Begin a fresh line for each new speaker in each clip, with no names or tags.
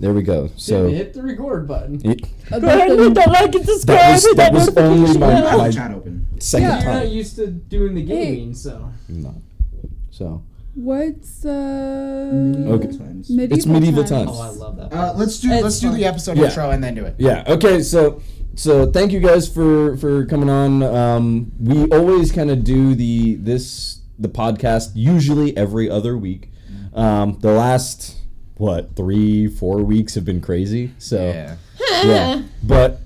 we go. So
Damn it, hit the record button.
it-
Go ahead, hit that like and
that
subscribe.
was,
hit
that was only
notification
my,
bell.
my
chat open.
second
Yeah.
You're not
time.
used to doing the
Hey.
gaming, so
No. So
What's uh?
Okay.
Times.
Medieval
It's medieval times.
oh, I love that.
Uh, let's do
That's
let's do
fine.
the episode
Yeah.
intro and then do it.
yeah. Okay. So so thank you guys for for coming on. Um, we always kind of do the this the podcast usually every other week. Um, the last what three four weeks have been crazy. So. yeah. But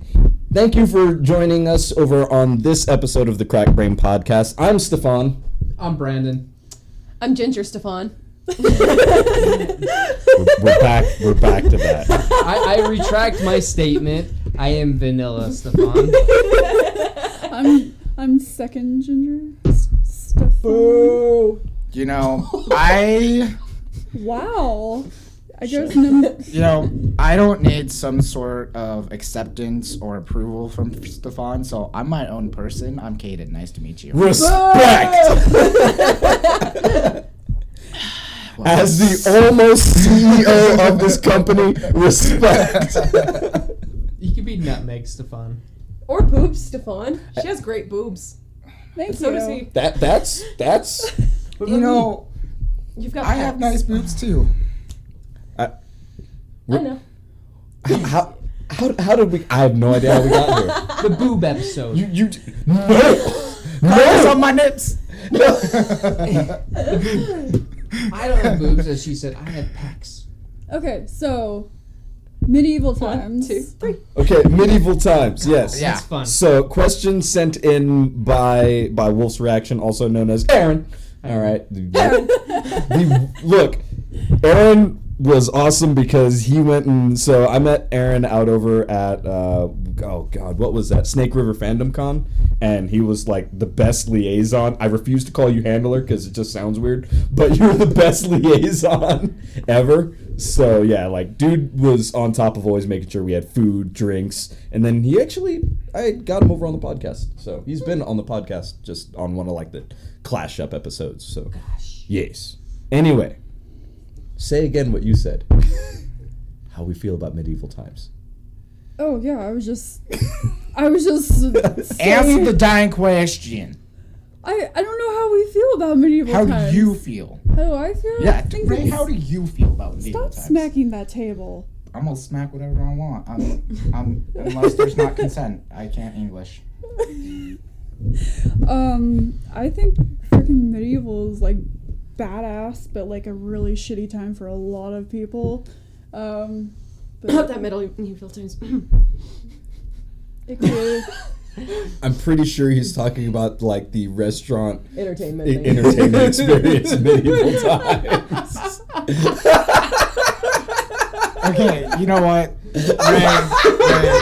thank you for joining us over on this episode of the Crack Brain Podcast. I'm Stefan.
I'm Brandon.
I'm Ginger Stefan.
we're back- we're back to that.
I, I retract my statement. I am Vanilla Stefan.
I'm I'm second ginger S- Stefan.
Uh.
You know, I
Wow. I guess number.
you know, I don't need some sort of acceptance or approval from Stefan, so I'm my own person. I'm Kaden. Nice to meet you.
Respect.
Wow.
As the almost CEO of this company, respect.
You could be Nutmeg Stefan.
Or boobs, Stefan. She has great boobs.
Thank
So
you.
does he.
that that's that's
you know,
You've got.
I have nice
pecs.
boobs too.
I know.
how how, how did we? I have no idea how we got
The boob episode.
here. You you no
Focus on
no
my nips.
I don't have boobs, as she said. I have pecs.
Okay, so medieval
One,
times.
two, three.
okay medieval times yes
Yeah.
That's fun.
So, question sent in by by Wolf's Reaction, also known as Aaron. All right. The- look, Aaron was awesome because he went and so I met Aaron out over at uh, oh god, what was that? Snake River Fandom Con, and he was like the best liaison. I refuse to call you handler because it just sounds weird, but you're the best liaison ever. So yeah, like dude was on top of always making sure we had food, drinks, and then he actually I got him over on the podcast. So he's been on the podcast just on one of like the clash up episodes. So yes. Anyway, say again what you said. How we feel about medieval times.
Oh yeah, I was just. I was just.
Answer
saying-
the dying question.
I I don't know how we feel about medieval
How
times.
do you feel?
How do I feel? I
Yeah,
think
Ray,
it's-
how do you feel about medieval
Stop
times?
smacking that table.
I'm gonna smack whatever I want. I'm, I'm, unless there's not consent, I can't English.
Um, I think freaking medieval is like badass, but like a really shitty time for a lot of people. Um,
Not
but
that middle medieval times.
it could,
I'm pretty sure he's talking about like the restaurant
Entertainment.
e- entertainment experience in medieval times.
Okay, you know what? Ray,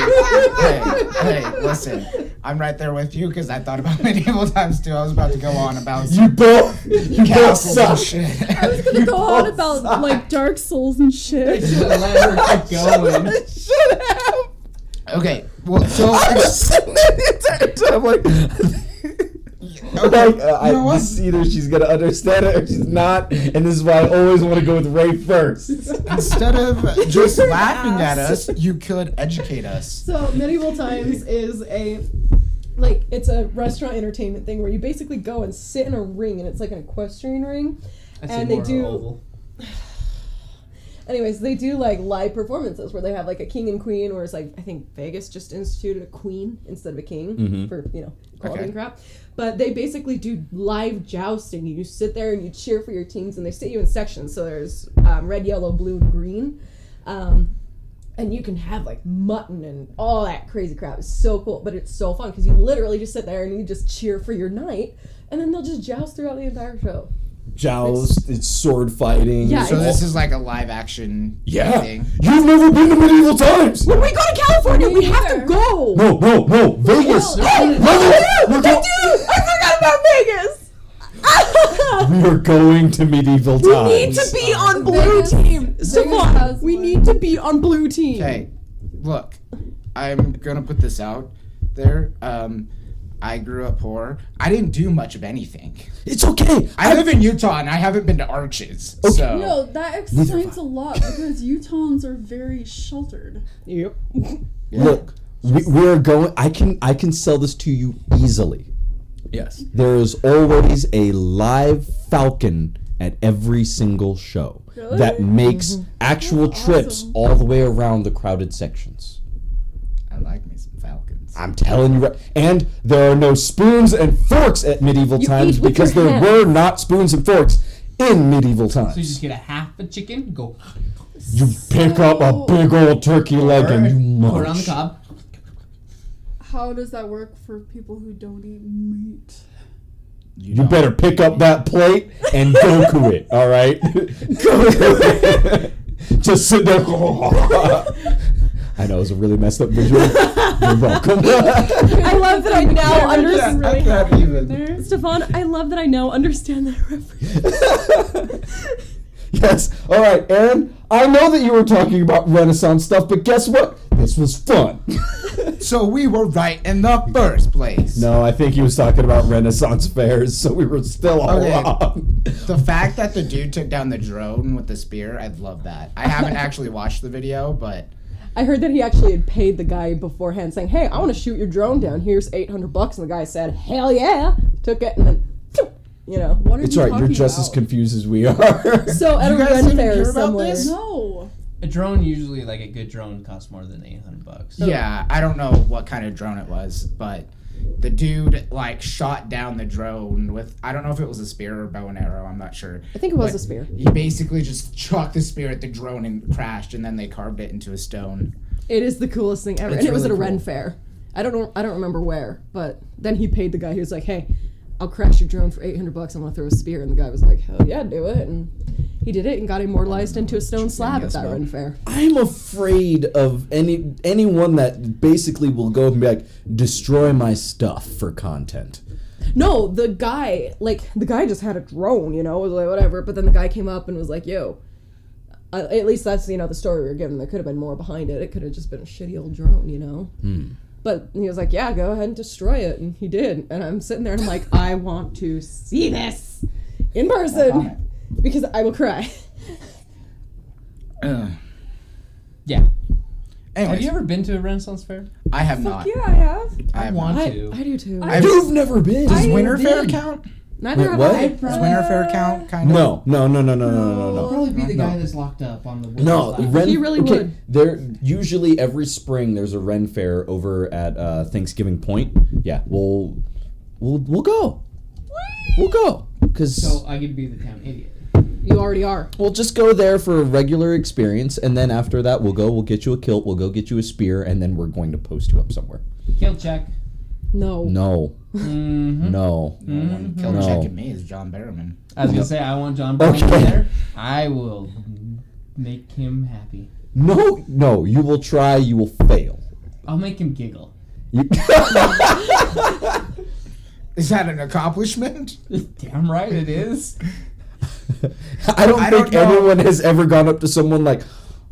Ray, Ray, Ray, listen. I'm right there with you because I thought about medieval times too. I was about to go on about
You both, you both
castles and
suck.
shit.
gonna go on
both
about
suck.
like Dark Souls and shit.
Should have let her keep going.
Should have.
okay, well, so
I was sitting there the entire time, like.
okay,
Like, uh,
you know
I,
what?
this either she's gonna understand it or she's not, and this is why I always want to go with Ray first.
Instead of just laughing at us, you could educate us.
So medieval times is a like it's a restaurant entertainment thing where you basically go and sit in a ring and it's like an equestrian ring.
I see
And they
more
do-
oval.
Anyways, they do like live performances where they have like a king and queen, or it's like I think Vegas just instituted a queen instead of a king
Mhm.
for you know quality
Okay.
and crap. But they basically do live jousting. You sit there and you cheer for your teams, and they sit you in sections. So there's um, red, yellow, blue, and green, um, and you can have like mutton and all that crazy crap. It's so cool, but it's so fun because you literally just sit there and you just cheer for your night, and then they'll just joust throughout the entire show.
Joust, it's sword fighting.
Yeah,
So this is like a live action
yeah.
thing.
You've never been to medieval times.
When we go to California, we have to go.
No, no, no, Vegas.
Hey,
Mother- we're, go-
I forgot about Vegas.
we are going to medieval
we
times.
need to be on blue
Vegas-
team,
Vegas
Stefan.
has
We
one.
need to be on blue team.
Okay, look, I'm gonna put this out there. Um, I grew up poor. I didn't do much of anything.
It's okay.
I live in Utah and I haven't been to Arches.
Okay.
So
No, that
Neither
explains
have I.
a lot because Utahns are very sheltered.
Yep.
Yeah.
Look, we, we're going. I can I can sell this to you easily.
Yes.
There is always a live falcon at every single show
Really?
that makes
Mm-hmm.
actual
That's
trips
awesome.
all the way around the crowded sections.
I like me some Falcons.
I'm telling you, right- and there are no spoons and forks at medieval
You
times
eat with
because
your
there
hands.
were not spoons and forks in medieval
So you just
times.
get a half a chicken, go
you pick up a big old turkey leg and you
or on the
munch.
cob.
How does that work for people who don't eat meat?
You better pick up that plate and Goku it, all right? Goku it. Just sit there. I know it was a really messed up visual. You're welcome.
I love that I now understand.
I can't even.
There.
Stefan, I love that I now understand that reference.
yes. All right, Aaron. I know that you were talking about Renaissance stuff, but guess what? This was fun.
So we were right in the first place.
no, I think he was talking about Renaissance fairs, so we were still all
Okay.
wrong.
The fact that the dude took down the drone with the spear, I love that. I haven't actually watched the video, but
I heard that he actually had paid the guy beforehand, saying, "Hey, I want to shoot your drone down. Here's 800 bucks." And the guy said, "Hell yeah!" Took it and then, you know.
What are
It's
you
all right. You're
talking
just as
about?
confused as we are.
So at
You
a
guys
gun
didn't
fair
hear about
somewhere.
this?
No.
A drone usually like a good drone costs more than eight hundred bucks.
yeah, I don't know what kind of drone it was, but the dude like shot down the drone with I don't know if it was a spear or bow and arrow, I'm not sure.
I think it was
But
a spear.
He basically just chucked the spear at the drone and crashed and then they carved it into a stone.
It is the coolest thing ever,
It's
and it was at a
really
Ren
cool.
fair. I don't know. I don't remember where, but then he paid the guy. He was like, "Hey, I'll crash your drone for 800 bucks. I want to throw a spear." And the guy was like, "Hell yeah, do it!" And he did it and got immortalized into a stone slab at
yes,
that
ma'am.
Ren fair.
I'm afraid of any anyone that basically will go up and be like, destroy my stuff for content.
No, the guy, like, the guy just had a drone, you know, was like, whatever. But then the guy came up and was like, yo, uh, at least that's, you know, the story we were given. There could have been more behind it. It could have just been a shitty old drone, you know?
Hmm.
But he was like, yeah, go ahead and destroy it. And he did. And I'm sitting there and I'm like, I want to see this in
vomit.
person because I will cry.
Ugh.
Yeah. Have
Anyways,
you ever been to a Renaissance fair?
I have
Fuck
not.
yeah, I have.
I have
want
not.
I,
to.
I do too.
I-
I've-
You've never been.
Does
I
Winter Fair
did.
count?
Neither
Wait,
have
what?
I.
Does
Does Winter Fair count? Kind of.
No, no, no, no, no, no, no,
I'll
no.
probably be the
No.
guy that's locked up on the
No,
window side.
Ren,
He really
okay,
would.
There usually every spring there's a Ren fair over at uh, Thanksgiving Point. Yeah, we'll we'll we'll go. We'll go because
So I get to be the town idiot.
You already are.
we'll just go there for a regular experience, and then after that we'll go. We'll get you a kilt. We'll go get you a spear, and then we're going to post you up somewhere.
Kill check.
No.
No,
Mm-hmm.
no.
No one killed
No.
checking me is John Barrowman.
I was gonna say I want John Brown
Okay.
there. I will make him happy.
No, no, you will try, you will fail.
I'll make him giggle.
You-
Is that an accomplishment?
Damn right it is.
I don't
I
think
don't know.
anyone has ever gone up to someone like,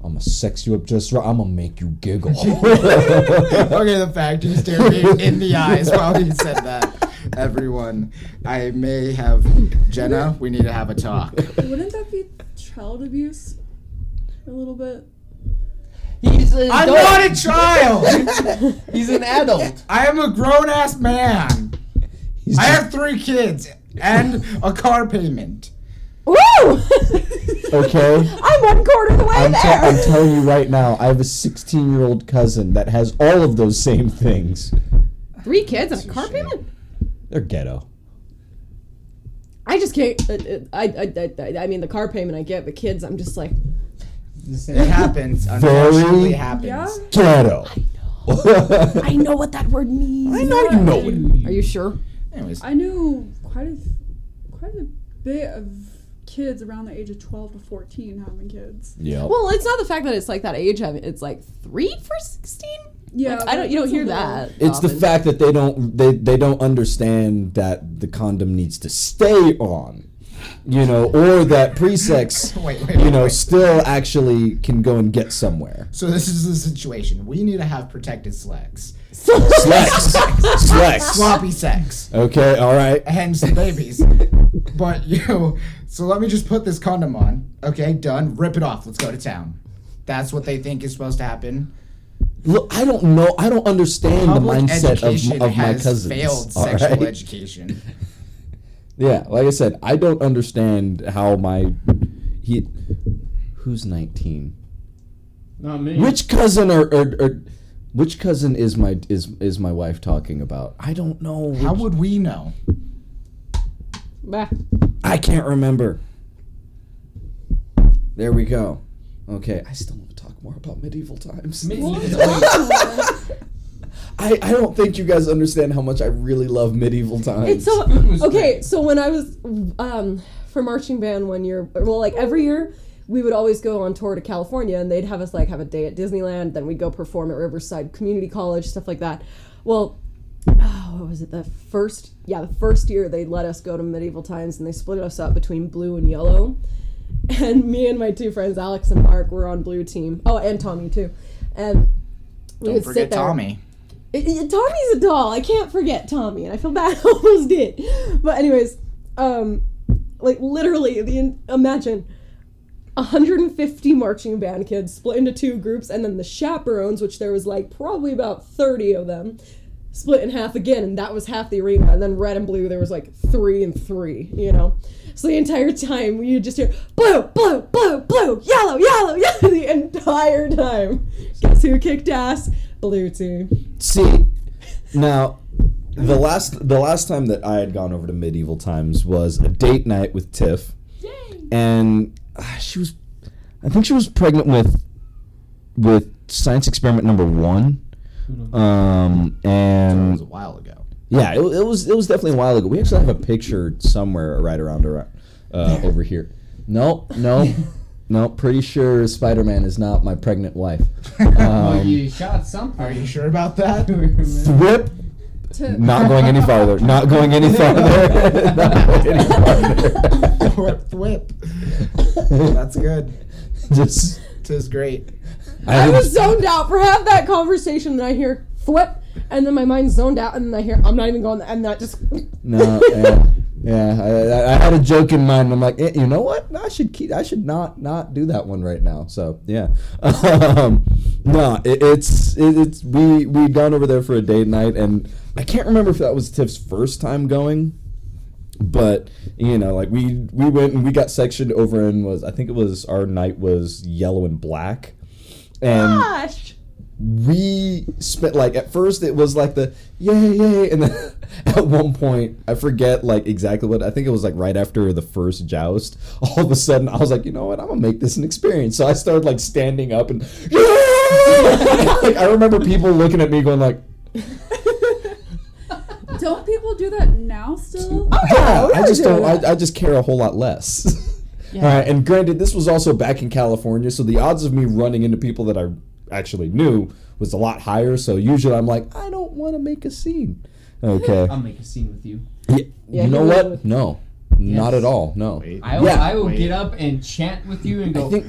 I'm gonna sex you up just right, I'm gonna make you giggle.
okay, the fact he stared me in the eyes while he said that. Everyone, I may have Jenna. We need to have a talk.
Wouldn't that be child abuse? A little bit.
He's an
I'm
adult.
not a child.
He's an adult.
I am a grown ass man.
He's
I
just-
have three kids and a car payment.
Woo!
okay?
I'm one quarter of the way
I'm,
there.
te- I'm telling you right now, I have a 16 year old cousin that has all of those same things.
Three kids and a car payment?
They're ghetto.
I just can't. uh, uh, I, I, I, I mean, the car payment I get, but kids, I'm just like,
It happens. Unfortunately,
Very-
it happens.
Yeah.
Ghetto. I
I know what that word means.
I know you know it.
are you sure?
Anyways,
I knew quite a quite a bit of kids around the age of 12 to 14 having kids.
Yep.
Well, it's not the fact that it's like that age. I mean, it's like three for sixteen.
Yeah,
Like, I don't. You don't
that's a
hear
little-
that.
It's the
Um,
often.
fact that they don't they, they don't understand that the condom needs to stay on. you know, or that pre-sex,
Wait, wait,
you
wait,
know,
wait.
still actually can go and get somewhere.
So this is the situation. We need to have protected sex.
Slex, slex.
Sloppy sex.
Okay, all right.
Hence the babies. but you so let me just put this condom on. Okay, done. Rip it off. Let's go to town. That's what they think is supposed to happen.
Look, I don't know. I don't understand
Public
the mindset
education
of, of my
has
cousins.
failed
all
sexual
right?
education.
Yeah, like I said, I don't understand how my he who's 19.
Not me.
Which cousin or, or, or which cousin is my is is my wife talking about? I don't know. Which,
How would we know?
Bah.
I can't remember. There we go. Okay, I still want to talk more about medieval times. I, I don't think you guys understand how much I really love medieval times.
It's so
was
okay. So when I was um, for marching band one year, well, like every year, we would always go on tour to California, and they'd have us like have a day at Disneyland, then we'd go perform at Riverside Community College, stuff like that. Well, oh, what was it? The first, yeah, the first year they let us go to medieval times, and they split us up between blue and yellow. And me and my two friends, Alex and Mark, were on blue team. Oh, and Tommy too. And we
Don't
would
forget
sit there.
Tommy.
It- it- Tommy's a doll. I can't forget Tommy, and I feel bad I almost did. But anyways, um, like literally, the imagine 150 marching band kids split into two groups, and then the chaperones, which there was like probably about 30 of them, split in half again, and that was half the arena. And then red and blue, there was like three and three, you know. So the entire time we would just hear blue, blue, blue, blue, yellow, yellow, yellow the entire time. Guess who kicked ass? Blue team.
See, now the last the last time that I had gone over to medieval times was a date night with Tiff, and uh, she was, I think she was pregnant with, with science experiment number one, um,
That
and
was a while ago.
yeah, it, it was it was definitely a while ago. We actually have a picture somewhere right around around uh, over here. No, no, no. Pretty sure Spider Man is not my pregnant wife.
oh,
Um,
you shot something.
Are you sure about that?
Whip. Not going any farther. Not going any farther. Not going any farther.
Whip, whip. That's good.
Just,
Tis great.
I,
I was
was
zoned out for half that conversation, and I hear flip, and then my mind's zoned out, and then I hear I'm not even going, and that just
no. Yeah, yeah I- I, I had a joke in mind. and I'm like, eh, you know what? I should keep. I should not not do that one right now. So yeah. Um, no, it, it's it, it's we we gone over there for a date night, and I can't remember if that was Tiff's first time going. but you know like we we went and we got sectioned over in was i think it was our night was yellow and black and
gosh,
we spent like at first it was like the yay yay and then at one point i forget like exactly what i think it was like right after the first joust all of a sudden i was like you know what i'm gonna make this an experience so i started like standing up and like i remember people looking at me going like
Don't people do that now still?
yeah, I just don't. I, I just care a whole lot less. All right, and granted, this was also back in California, so the odds of me running into people that I actually knew was a lot higher. So usually, I'm like, I don't want to make a scene. Okay,
I'll make a scene with you.
Y-
Yeah,
you know
he
what?
would.
No, not at all. No,
I will,
Yeah.
I will
Wait.
get up and chant with you and
I
go.
think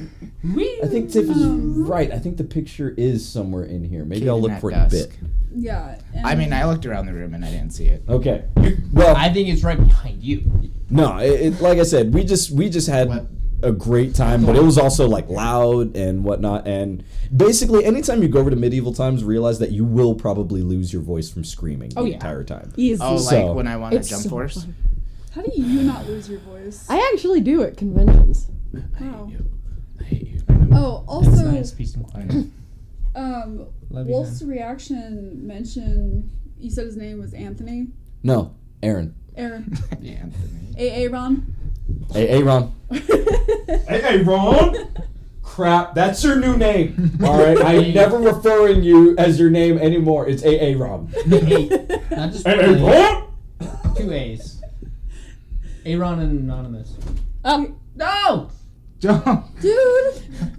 "Wee."
I think Tiff is right. I think the picture is somewhere in here. Maybe I'll look
At
for it in a
dusk.
bit.
Yeah. and-
I mean, I looked around the room and I didn't see it.
Okay. Well,
I think it's right behind you.
No, it, it, like I said, we just we just had
What?
a great time, but it was also like loud and whatnot. And basically, anytime you go over to medieval times, realize that you will probably lose your voice from screaming the
yeah.
entire time.
easy.
Oh,
So-
like when I won the
It's
jump
so
force?
fun.
how do you not lose your voice?
I actually do at conventions.
Wow.
I hate you.
Oh,
That's
also,
nice, peace and quiet.
um,
Love you,
Wolf's reaction mentioned. You said his name was Anthony.
No, Aaron,
Aaron.
Anthony.
A. Ron.
hey, Aaron, hey, hey, Ron. Crap, that's your new name. All right, I'm never referring you as your name anymore. It's A A Ron.
Eight. Not just one A, two A's. Aaron and Anonymous.
Um,
No!
Jump.
dude,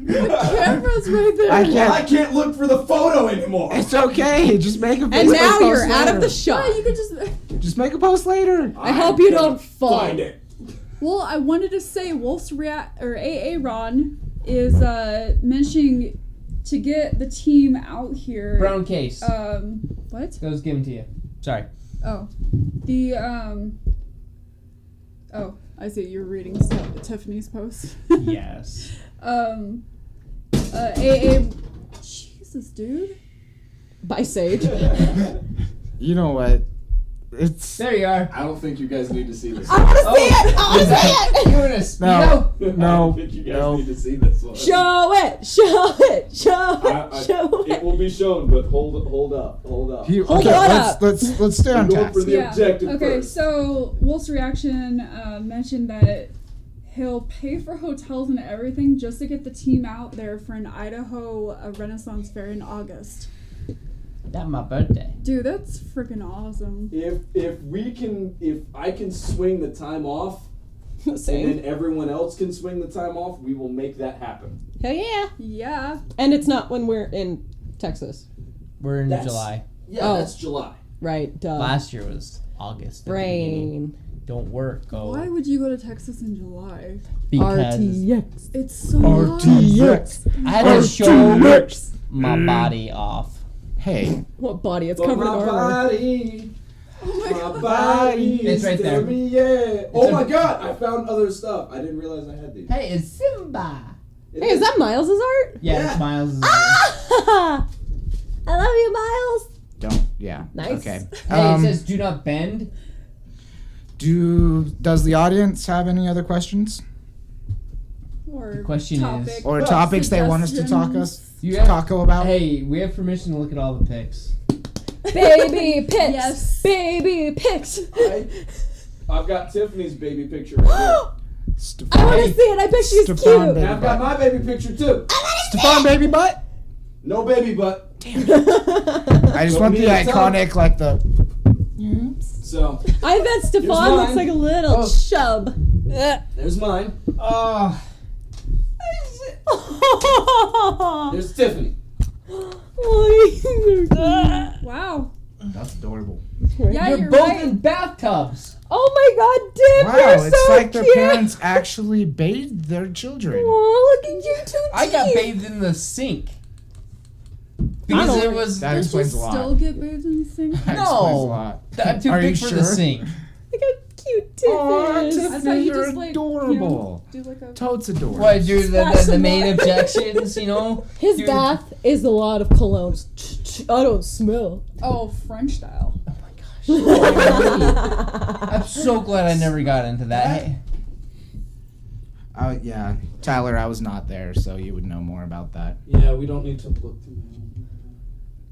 camera's right there.
I can't.
can't look for the photo anymore.
It's okay. Just make a
and
Facebook
now
post
you're out
Uh,
later.
of the shot.
You could just.
Just make a post later.
I hope you don't fall.
it.
Well, I wanted to say Wolf's rea- or Aaron is uh, mentioning to get the team out here.
Brown case.
Um, what?
that was given to you. Sorry.
Oh, the um. Oh, I see. You're reading stuff, Tiffany's post.
Yes.
um, uh, AA. Jesus, dude.
By Sage.
You know what? It's
There you are.
I don't think you guys need to see this.
I
one.
want to see it. I want to see it.
You're gonna speak
no,
out.
I
no,
don't think you guys
no.
need to see this one.
Show it. Show it. Show it.
I- I-
show
uh, It
it.
will be shown, but hold hold up, hold up.
He-
Hold
okay,
on
let's,
up.
let's let's stay on
We're going
task.
for the objective
Okay,
first.
so Wolf's reaction uh, mentioned that he'll pay for hotels and everything just to get the team out there for an Idaho uh, Renaissance Fair in August.
That's my birthday.
Dude, that's freaking awesome.
If if we can if I can swing the time off and
Same.
then everyone else can swing the time off, we will make that happen.
Hell yeah.
Yeah.
And it's not when we're in Texas,
We're in
That's-
July.
Yeah,
Oh.
that's July.
right? Duh.
Last year was August. at the beginning.
Brain.
Don't work. Go.
Why would you go to Texas in July?
Because
RTX.
It's so
I had to show my body off.
Hey,
What body? It's
But
covered in
my
armor.
body,
Oh my
my
god.
body,
It's
is
right there.
telling me yeah. Oh
a-
my God! I found other stuff. I didn't realize I had these.
Hey, it's Simba.
It
Hey, is that Miles' art?
Yeah,
Yeah.
it's Miles.
Ah!
I love you, Miles.
don't. Yeah.
Nice.
Okay.
Hey,
Um,
it says do not bend.
do does the audience have any other questions
Or
question is-
topic.
or topics they want us to talk us
You have,
talk about?
Hey, we have permission to look at all the pics.
Baby pics.
Yes.
Baby pics.
I, I've got Tiffany's baby picture right
Stefan,
I want to see it. I bet she's
Stefan
cute.
here. And I've got my baby picture too.
Stefan baby butt.
No baby butt.
I just
Don't
want
need
the
to tell.
iconic like the
So
I bet Stefan
mine.
looks like a little
Oh.
chub.
there's mine.
Oh,
There's Tiffany.
Oh,
Wow.
That's adorable.
Yeah,
you're,
you're,
both
right.
in bathtubs.
oh my god, Dip,
Wow,
you're
it's
so
like
cute.
their parents actually bathed their children.
Oh, look at you two
I got
teeth.
bathed in the sink. Because
don't-
it was
That
Did you
explains a lot.
still get bathed in the sink?
That
No.
explains a lot.
I'm too
Are you
big for the
sure?
sink.
I got cute
Aw,
teeth.
I
Tiffany,
thought you
you're
just, like, you know,
adorable.
Do like a
Totes adorable.
Why do the, the, the
Splash
main
some water.
objections? You know,
His
Dude.
bath is a lot of colognes. I don't smell.
oh French style.
I'm so glad I never got into that. Hey,
Oh yeah, Tyler, I was not there, so you would know more about that.
Yeah, we don't need to look through my own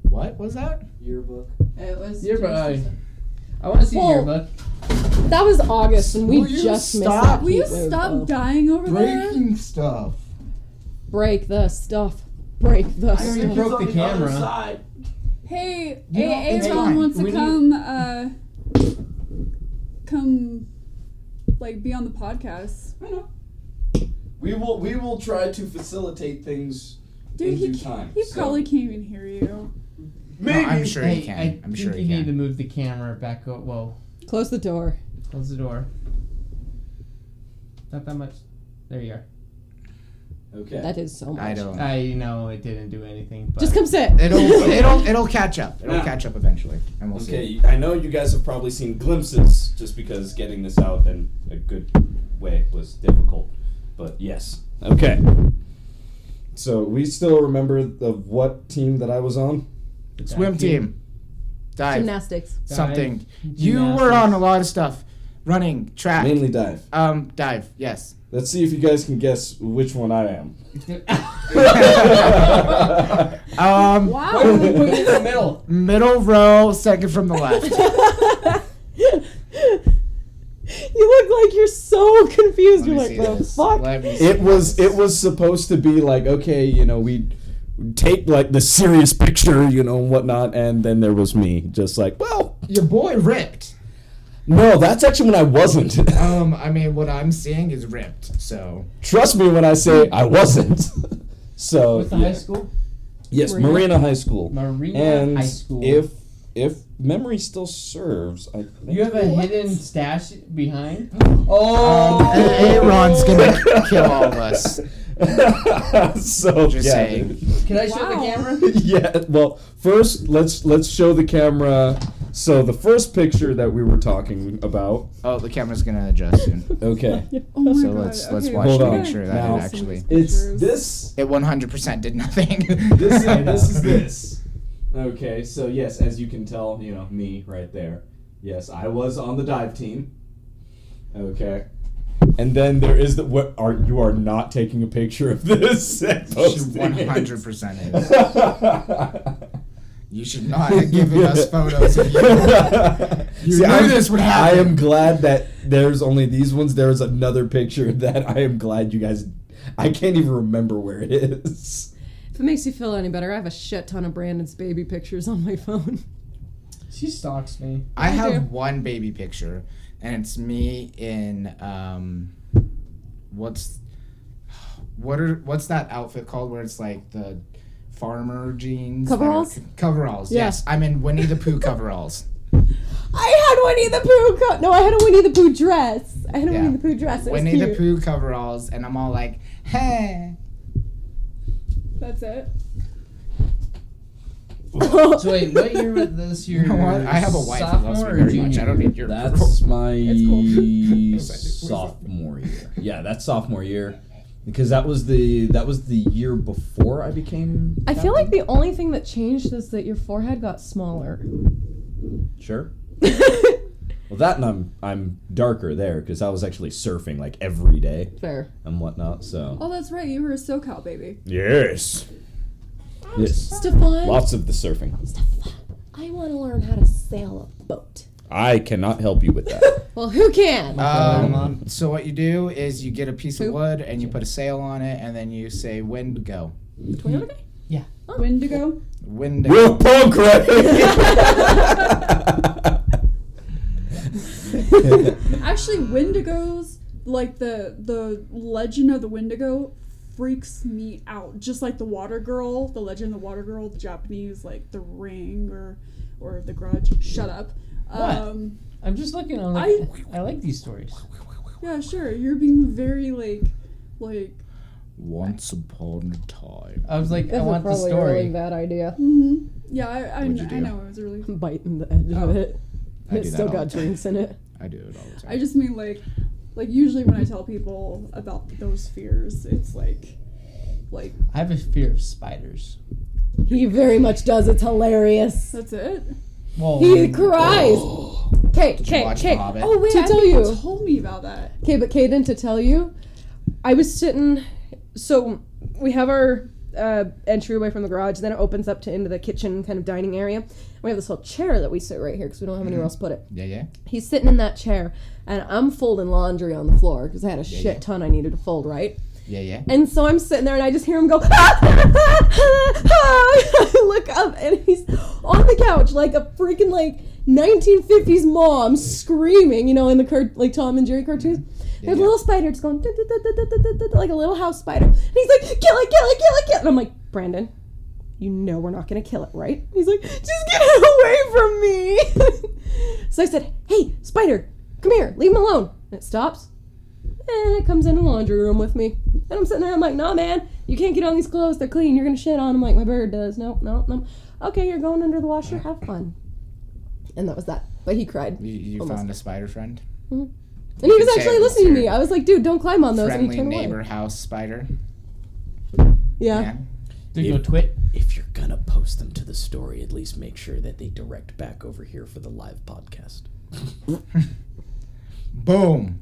What was that?
yearbook.
It was.
Your body. I want to see
Well,
your book.
That was August, and we
Will you
just missed
stop?
that.
Will you
heat wave,
stop
though.
dying over there?
stuff.
Break the stuff. Break the
I
You
think
stuff.
broke
it's on
the
other
camera.
side.
Hey,
You know,
A-
it's
Aaron
fine.
wants to
We need-
come. Uh, come, like be on the podcast.
I know. We will we will try to facilitate things
Dude,
in
he
due
ca-
time.
he
so.
probably can't even hear you.
maybe
I'm sure
hey,
you can.
I
I am
think
sure
you
you
need to
can.
move the camera back. Up. Whoa,
Close the door.
close the door. Not that much. There you are.
Okay.
That is so much.
I don't.
I know it didn't do anything, but
Just come sit.
It'll it'll it'll catch up. It'll
Yeah.
catch up eventually, and we'll see.
Okay, I know you guys have probably seen glimpses just because getting this out in a good way was difficult. But yes.
Okay. So we still remember of what team that I was on.
Swim team, dive,
Gymnastics.
something. You were on a lot of stuff, running, track,
Mainly dive.
um, dive. Yes.
Let's see if you guys can guess which one I am.
Um,
Why would we put you in the middle?
middle row, second from the left.
you look like you're so confused.
Let me see
you're like, the
this.
fuck?
Let me see
It was it was supposed to be like okay, you know, we take like the serious picture, you know, and whatnot, and then there was me, just like, well,
Your boy ripped.
no, that's actually when I wasn't.
Um, I mean, what I'm seeing is ripped. So
Trust me when I say I wasn't. so
With
Oh,
the
yeah.
high school?
yes,
Marina.
Marina High School.
Marina
and
High School.
if if memory still serves, I think
You have a hidden stash behind?
Um,
Oh!
Aaron's gonna kill all of us.
so
Just
yeah,
saying.
dude.
Can I show the
Wow.
camera?
yeah. Well, first let's let's show the camera. So the first picture that we were talking about.
Oh, the camera's gonna adjust soon.
Okay,
Oh my
So
god.
let's- let's
okay,
watch
to
we
make
gotta
sure
get
that it
some
actually-
pictures.
it's this.
It 100% did nothing.
This is, this is this. Okay, so yes, as you can tell, you know me right there. Yes, I was on the dive team. Okay,
And then there is the what are you are not taking a picture of this? and
She
posting it.
100% is. You should not have given us photos of you.
you.
You knew this would happen.
I am glad that there's only these ones. There's another picture that I am glad you guys. I can't even remember where it is.
If it makes you feel any better, I have a shit ton of Brandon's baby pictures on my phone.
She stalks me.
I have one baby picture, and it's me in um, what's what are what's that outfit called where it's like the farmer jeans that are-
Coveralls?
coveralls
Yeah.
yes i'm in winnie the pooh coveralls
I had Winnie the Pooh. Co- no, I had a Winnie the Pooh dress. I had a
Yeah.
Winnie the Pooh dress. It was
winnie the
cute.
pooh coveralls and i'm all like hey
That's it.
So wait, what year was this year?
you know what i have a wife who loves me
Sophomore or
very much i
junior?
don't need your
that's my
cool.
sophomore year. Yeah, that's sophomore year, because that was the that was the year before I became.
I feel like the only thing that changed is that your forehead got smaller.
sure. Well, that and I'm I'm darker there because I was actually surfing like every day
Fair.
and whatnot. So
Oh, that's right. You were a SoCal baby.
yes, yes,
Stefan,
lots of the surfing.
I want to learn how to sail a boat.
I cannot help you with that.
Well, who can?
Uh,
um, so what you do is you get a piece
Pooh?
of wood and you put a sail on it and then you say windigo
Wendigo.
windigo
Real punk, right?
Actually, Wendigos, like the the legend of the Wendigo, freaks me out. Just like the Water Girl, the legend of the Water Girl, the Japanese, like the Ring or or the Grudge. Shut up. Um,
I'm just looking on like, I, like these stories.
yeah, sure. You're being very like like.
once upon a time
I was like, I want the
probably a really
story.
bad idea.
mhm. Yeah, I I,
What'd you
kn- I
do?
know it was really.
Biting the edge
Oh.
of it.
I
It
do that
still
all
got
the time.
drinks in it.
i do it all the time
I just mean like like usually when I tell people about those fears, it's like like
I have a fear of spiders.
He very much does. It's hilarious.
that's it.
Whoa.
He cries. Okay, okay,
Oh. watch
okay.
The Hobbit?
Oh wait,
To
I
tell
think you
you.
told me about that.
Okay, but Caden, to tell you, I was sitting. So we have our uh, entryway from the garage, then it opens up to into the kitchen kind of dining area. We have this little chair that we sit right here because we don't have
Mm-hmm.
anywhere else to put it.
yeah yeah
He's sitting in that chair, and I'm folding laundry on the floor because I had a
yeah.
shit ton I needed to fold, right?
yeah yeah
And so I'm sitting there and I just hear him go, "Ah, ah, ah, ah, ah." I look up and he's on the couch like a freaking like 1950s mom screaming, you know, in the cart like Tom and Jerry cartoons. There's a
yeah.
little spider just going "Dut, dut, dut, dut, dut, dut, dut," like a little house spider. And he's like, kill it, kill it, kill it, kill it. And I'm like, Brandon, you know we're not gonna kill it, right? He's like, just get it away from me. so I said, hey, spider, come here, leave him alone. And it stops. And it comes in the laundry room with me. And I'm sitting there, I'm like, nah, man, you can't get on these clothes, they're clean, you're gonna shit on them like my bird does. Nope, nope, nope. Okay, you're going under the washer, have fun. And that was that. But he cried.
You, you
Almost.
found a spider friend?
And he was
Say
actually
it was
listening to me.
your
I was like, dude, don't climb on those. And he
Friendly
turned
neighbor
away.
house spider.
Yeah.
Yeah.
There you go, twit.
If you're gonna post them to the story, at least make sure that they direct back over here for the live podcast.
Boom.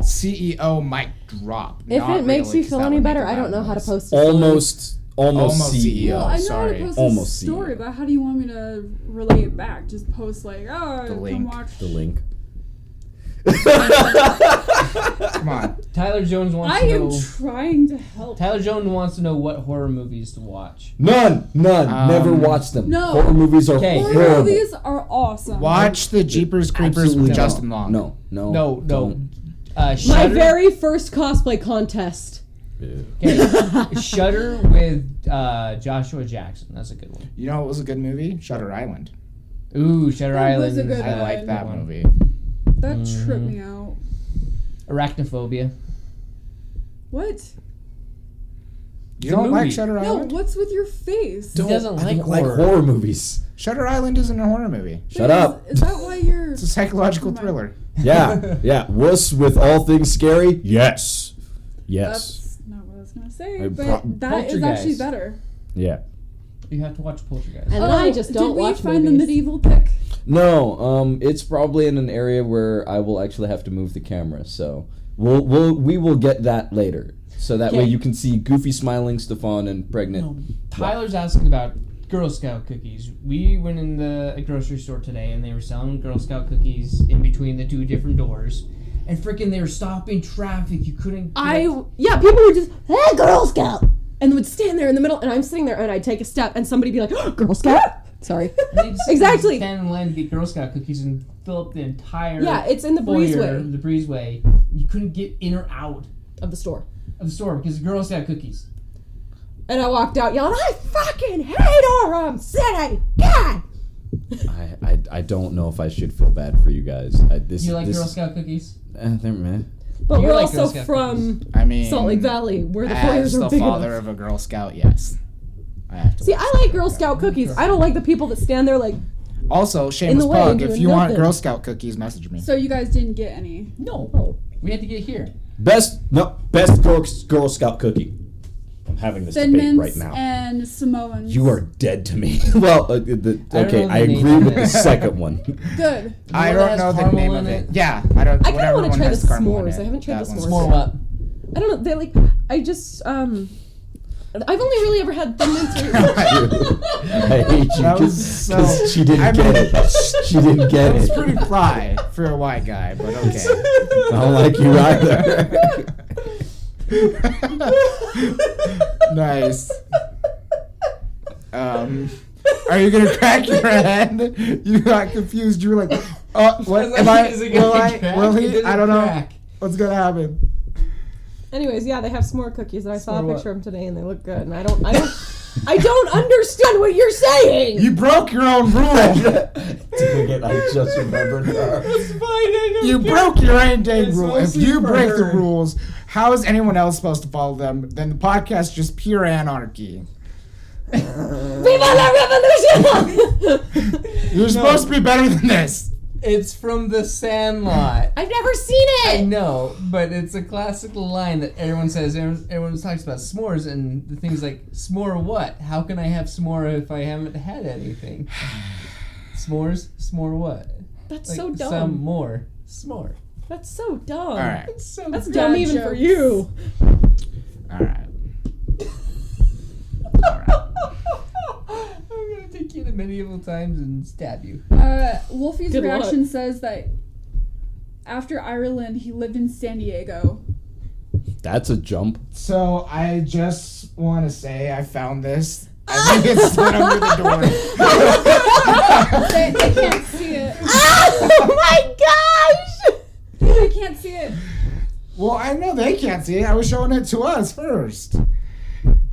CEO mic drop.
If
Not
it makes
really,
you
'cause
feel
that
any
would make
better,
a
I
loud
don't know how to
noise.
post. a story.
almost, almost, E
Almost
CEO.
Well,
Oh,
I know
sorry.
how to post
Almost
this
see
story,
it.
but how do you want me to relay it back? Just post like, oh, come
link.
watch.
The link.
Come on.
Tyler Jones wants
I
to
am
know.
trying to help.
Tyler Jones wants to know what horror movies to watch.
None, none. Never
Um,
watch them.
No.
Horror movies are
Okay.
Horror
horrible.
movies are awesome.
Watch the Jeepers Creepers
Absolutely
with
not.
Justin Long.
No, no,
No, no.
don't.
Uh,
My
Shudder,
very first cosplay contest.
okay. Shudder with uh, Joshua Jackson. That's a good one.
You know what was a good movie? Shutter Island.
Ooh, Shutter
That was a
Island.
good
I like
one.
that
One.
movie.
That tripped me out.
Arachnophobia.
What?
You
The
don't like
movie.
Shutter
No,
Island?
what's with your face?
He doesn't
I
like
don't like
horror.
horror movies.
Shutter Island isn't a horror movie.
Shut
Is-
up.
Is that why you're?
It's a psychological
Right.
thriller.
Yeah, yeah. Wuss with all things scary. Yes, yes.
That's not what I was gonna say,
I
but
pro-
that is actually
Poltergeist.
better. Oh,
yeah.
You have to watch Poltergeist.
And I just don't
did we
watch
find the
movies.
medieval pick?
No, um, it's probably in an area where I will actually have to move the camera. So we'll we'll we will get that later. So that way
Okay.
you can see goofy smiling Stefan and pregnant.
No, Tyler's asking about Girl Scout cookies. We went in the a grocery store today and they were selling Girl Scout cookies in between the two different doors. And freaking they were stopping traffic. You couldn't.
I yeah, people would just hey Girl Scout, and would stand there in the middle, and I'm sitting there, and I'd take a step, and somebody would be like Girl Scout. Sorry.
They just
exactly.
Stand in line to get Girl Scout cookies and fill up the entire
Yeah, it's in the
foyer,
breezeway
the breezeway. You couldn't get in or out
of the store.
of the store because Girl Scout cookies.
And I walked out yelling, I fucking hate Orem City! God!
I, I I don't know if I should feel bad for you guys. I, this
Do you like
this,
Girl Scout cookies?
Eh, they're meh.
But
You
we're
like
also
Girl Scout
from
I mean,
Salt Lake Valley, where the
as
fires
the
are big
father
enough.
of a Girl Scout, yes. I have to
See,
watch
I
the
like Girl Scout cookies. I don't like the people that stand there like,
Also, shameless
way,
plug.
doing
If you want
nothing.
Girl Scout cookies, message me.
So you guys didn't get any.
No.
oh,
We had to get here.
Best no best Girl, Girl Scout cookie. I'm having this
Thin
debate
mints
right now.
and Samoans.
you are dead to me. well, uh, the,
I don't
okay,
know the
I
name
agree
of
with the
it.
second one.
good.
I
one that
don't
has
know the
caramel
name
in
of it.
it?
Yeah, I don't.
I kinda
whatever
wanna
one
try
has
the
caramel in
s'mores.
it,
I haven't tried
that
the
one's-
s'mores
More what?
I don't know, they like, I just, um, I've only really ever had thin mints.
I hate you
That was
because
so-
she didn't
I
get
mean-
it. She didn't get
That was
it.
pretty fly for a white guy, but okay.
I don't like you either.
nice. Um, are you gonna crack your head? You got confused. You were like, "Oh, what? Am I?
Is it gonna
Will I?
crack?
Will
It
he?
doesn't
I don't know.
crack.
What's gonna happen?"
Anyways, yeah, they have s'more cookies, and I saw a
S'more what?
picture of them today, and they look good, and I don't, I don't, I don't understand what you're saying!
You broke your own rule.
Dang it, I just remembered her.
You broke your own dang
It's
rule. If
mostly
you
for
break the
her.
rules, how is anyone else supposed to follow them? Then the podcast is just pure anarchy.
Viva la revolution!
You're supposed to be better than this.
It's from the Sandlot.
I've never seen
I
it!
know, but it's a classic line that everyone says. Everyone, everyone talks about s'mores and the things like s'more what? How can I have s'more if I haven't had anything? S'mores, s'more what?
That's
Like,
so dumb.
Some more s'more.
That's so dumb.
All right,
Some
That's dumb even for you.
all right.
I'm gonna take you to medieval times and stab you.
Uh, Wolfie's
Good
reaction says that after Ireland, he lived in San Diego.
That's a jump.
So I just want to say I found this. I think it's slid under the door.
They, they can't see it.
oh my gosh!
They can't see it.
Well, I know they can't see it. I was showing it to us first.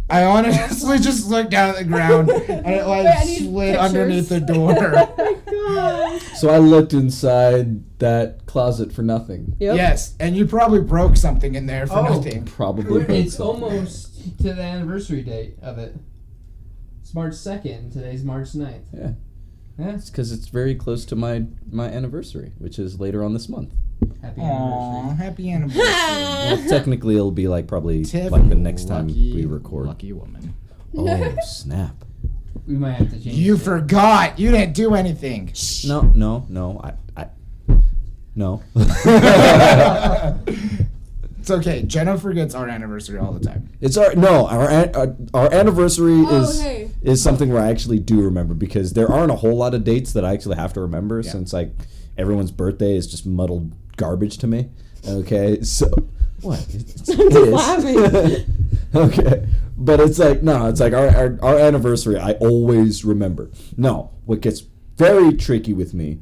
I honestly just looked down at the ground and it
Wait,
like
I need
slid
pictures.
underneath the
Oh
door.
So I looked inside that closet for nothing.
Yep.
Yes, and you probably broke something in there for
Oh.
nothing.
Probably. both
It's
sides.
almost to the anniversary date of it. It's March 2nd. Today's March 9th.
Yeah.
Yeah.
It's because it's very close to my my anniversary, which is later on this month.
Happy
Aw,
anniversary.
happy anniversary.
Well, technically, it'll be like probably
Tiff,
like the
you
next time
lucky-
we record.
Lucky woman.
Oh snap!
We might have to change.
You
it.
forgot. You didn't do anything.
No, no, no. I, I, no.
It's okay. Jenna forgets our anniversary all the time.
It's our no our an- our, our anniversary
Oh,
is
hey.
is something where I actually do remember because there aren't a whole lot of dates that I actually have to remember since like everyone's birthday is just muddled garbage to me. Okay, so what? It's, it is. okay, but it's like no, it's like our, our our anniversary. I always remember. No, what gets very tricky with me,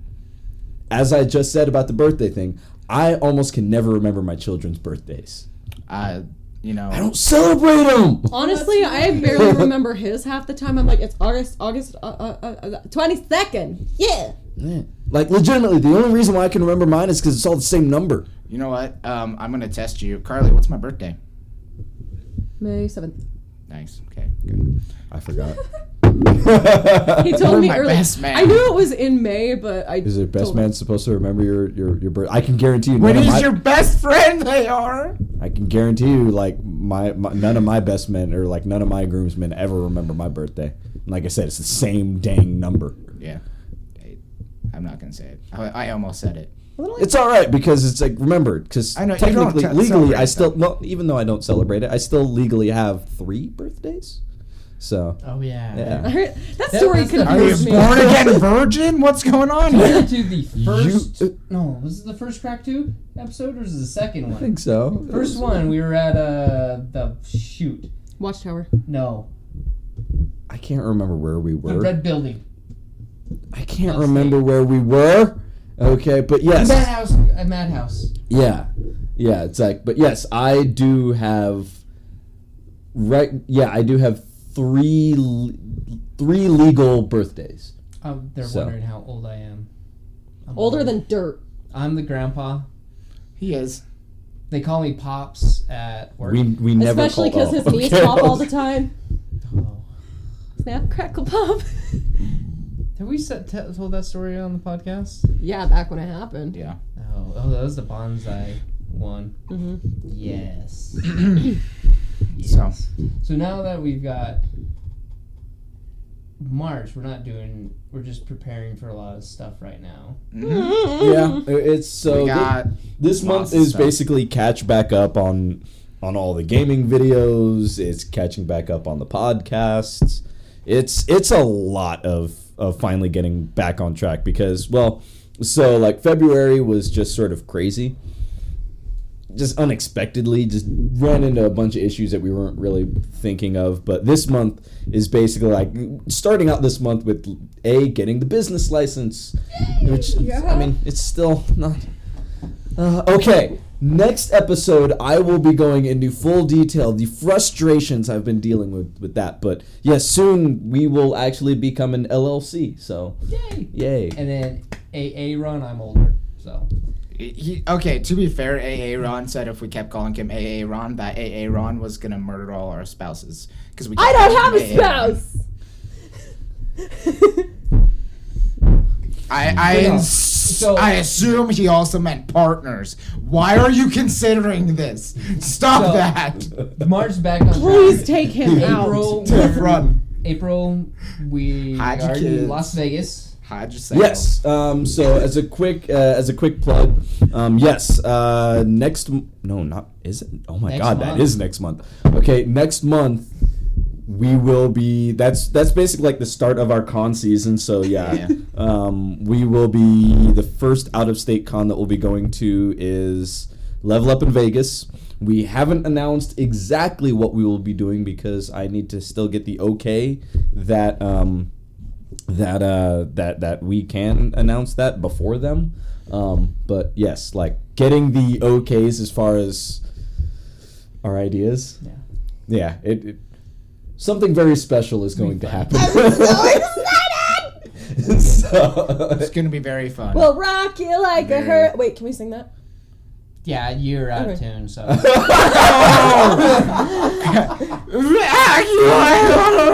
as I just said about the birthday thing, I almost can never remember my children's birthdays.
Uh, you know.
I don't celebrate them.
Honestly, I barely remember his half the time. I'm like, it's August, August uh, uh, uh, 22nd. Yeah.
Yeah. Like legitimately, the only reason why I can remember mine is because it's all the same number.
You know what? Um, I'm gonna test you, Carly. What's my birthday?
May 7th.
Nice. Okay. Good.
I forgot.
He told me
my
earlier.
best man.
I knew it was in May, but I.
Is your best
told-
man supposed to remember your your your birth? I can guarantee you.
When
none of
he's
my,
your best friend, they are.
I can guarantee you, like my, my none of my best men or like none of my groomsmen ever remember my birthday. And like I said, it's the same dang number.
Yeah. I, I'm not gonna say it. I, I almost said it.
It's all right because it's like remember because
I know, you don't
technically,
ce-
legally, I
celebrate
still well, even though I don't celebrate it, I still legally have three birthdays. So
Oh yeah.
I
yeah,
heard, that
That
story
was the-
Are you
confused me.
born again virgin? What's going on here?
Compared to the first.
You-
no, was it the first Crack Two episode or was it the second
I
one?
think so.
First one, we were at uh the shoot.
Watchtower.
No,
I can't remember where we
the
were.
red building.
I can't
Upstate.
remember where we were. Okay, but yes,
Madhouse. Uh, Madhouse.
Yeah. Yeah, it's like but yes, I do have right yeah, I do have 3 le- 3 legal birthdays.
Um, they're
So.
wondering how old I am. I'm
Older
old.
than dirt.
I'm the grandpa.
He is.
They call me pops at work.
We we never
Especially
call-
because his
oh,
knees
okay.
pop all the time.
Oh.
Snap, crackle, pop.
Have we set, t- told that story on the podcast?
yeah, back when it happened.
Yeah.
No. Oh, that was the bonsai one.
hmm
Yes.
Mm-hmm. So
So now that we've got March, we're not doing. We're just preparing for a lot of stuff right now.
mhm.
Yeah, it's so
we got
this
lots
month
of
is
stuff.
basically catch back up on on all the gaming videos. It's catching back up on the podcasts. It's it's a lot of of finally getting back on track because well, so like February was just sort of crazy. Just unexpectedly, just ran into a bunch of issues that we weren't really thinking of. But this month is basically like starting out this month with a getting the business license, which I mean it's still not uh, okay, next episode I will be going into full detail the frustrations I've been dealing with with that. But yes, soon we will actually become an LLC. So
Yay!
yay!
And then AA run, I'm older. So
he, okay, to be fair, AA Ron said if we kept calling him AA Ron, that AA Ron was gonna murder all our spouses because we.
I
kept
don't have
calling
a
him AA Ron.
spouse!
I I,
Yeah.
ins-
uh, So-
I assume he also meant partners. Why are you considering this? Stop
So-
that.
March back on
Please
track.
take him out.
April,
Tiff,
we're-
run.
April, we
Hide your
are
kids.
in Las Vegas.
Hide yourself.
Yes. Um, so as a quick uh, as a quick plug, um, yes. Uh, next m- no, not is it? Oh my
Next
god,
month.
that is next month. Okay, next month we will be that's that's basically like the start of our con season so yeah,
Yeah.
um we will be the first out of state con that we'll be going to is level up in vegas we haven't announced exactly what we will be doing because i need to still get the okay that um that uh that that we can announce that before them um but yes like getting the okays as far as our ideas
Yeah.
yeah it, it something very special is going to happen so
It's gonna be very fun.
We'll rock you like a
Very-
hur. Wait, can we sing that?
Yeah, you're out of
Okay.
tune. So
Oh.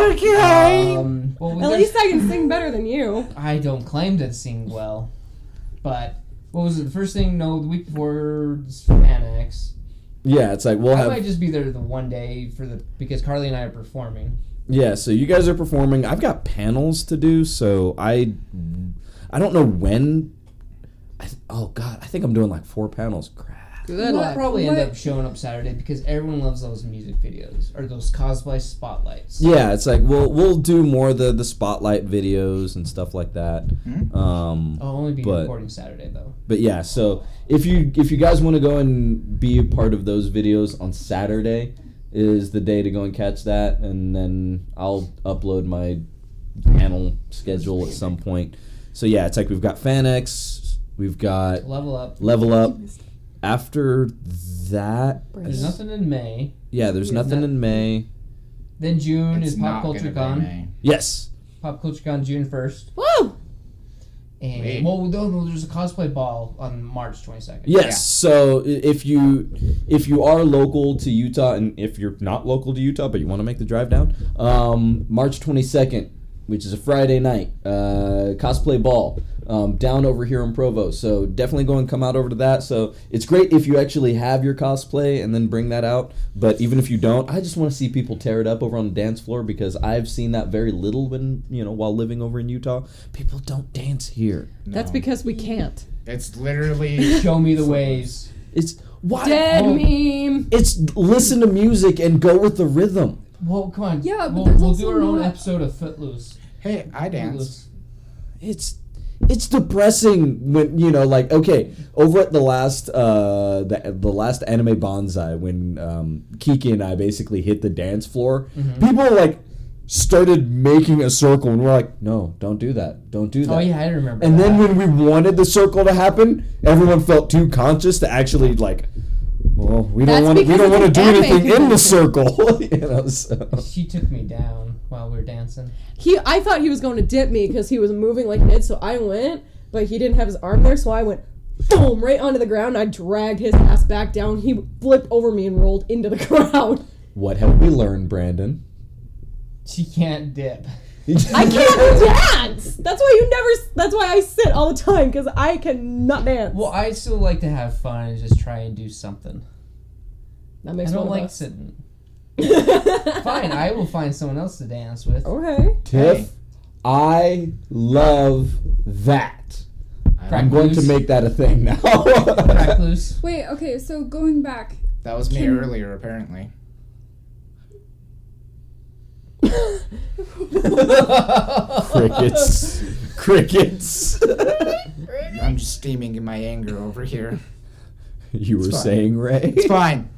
um, well, we
At
got-
least I can sing better than you.
I don't claim to sing well, but what was it? The first thing? No, the week before is from Annex.
yeah it's like we'll
I
have
might just be there the one day for the because Carly and I are performing.
Yeah, so you guys are performing. I've got panels to do, so I I don't know when. I th- oh god, I think I'm doing like four panels. Crap.
Good
We'll probably end
what-
up showing up Saturday because everyone loves those music videos or those cosplay spotlights.
Yeah, it's like we'll we'll do more of the the spotlight videos and stuff like that.
Hmm?
Um,
I'll only be
But-
recording Saturday though.
but yeah, so if you if you guys want to go and be a part of those videos on Saturday is the day to go and catch that, and then I'll upload my panel schedule at some point. So yeah, it's like we've got Fanex, we've got
Level up.
Level Up, after that,
There's nothing in May.
yeah, there's nothing in May.
Then June
It's
is Pop
not gonna
Culture
be
Con.
May.
Yes.
Pop Culture Con June first.
Woo!
And
Wait.
well, no, no, there's a cosplay ball on March 22nd.
Yes.
Yeah.
So i- if you if you are local to Utah, and if you're not local to Utah but you want to make the drive down, um, March 22nd, which is a Friday night, uh, cosplay ball um, down over here in Provo. So definitely go and come out over to that. So it's great if you actually have your cosplay and then bring that out. But even if you don't, I just want to see people tear it up over on the dance floor because I've seen that very little when you know while living over in Utah. People don't dance here.
That's
No.
because we can't.
it's literally
Show me the waves.
It's why.
Dead
Oh.
meme.
It's listen to music and go with the rhythm.
Well, come on.
Yeah, but
we'll,
there's
we'll
also
do our own
not-
episode of Footloose.
hey, I danced.
Footloose.
It's it's depressing when you know like okay over at the last uh the, the last anime bonsai when um Kiki and I basically hit the dance floor people like started making a circle and we're like no don't do that don't do that
Oh yeah, I remember.
and then
that.
when we wanted the circle to happen everyone felt too conscious to actually like well we don't
That's
want to we
because
don't
it's
want to
an
do
anime
anything in
convention.
the circle you know so
she took me down while we were dancing.
He, I thought he was going to dip me because he was moving like Ned, so I went, but he didn't have his arm there, so I went boom right onto the ground. I dragged his ass back down. He flipped over me and rolled into the crowd.
what have we learned Brandon
She can't dip.
I can't dance. That's why you never. That's why I sit all the time because I cannot dance.
Well, I still like to have fun and just try and do something.
that
I
makes
don't
one
like
of us.
sitting. Fine, I will find someone else to dance with.
okay.
Tiff,
Hey.
I love that.
Crack
I'm going to
loose.
make that a thing now.
crack loose.
Wait, okay, so going back,
That was me
Can-
earlier, apparently.
Crickets. Crickets.
I'm just steaming in my anger over here.
you were
It's fine.
saying, Ray?
It's fine.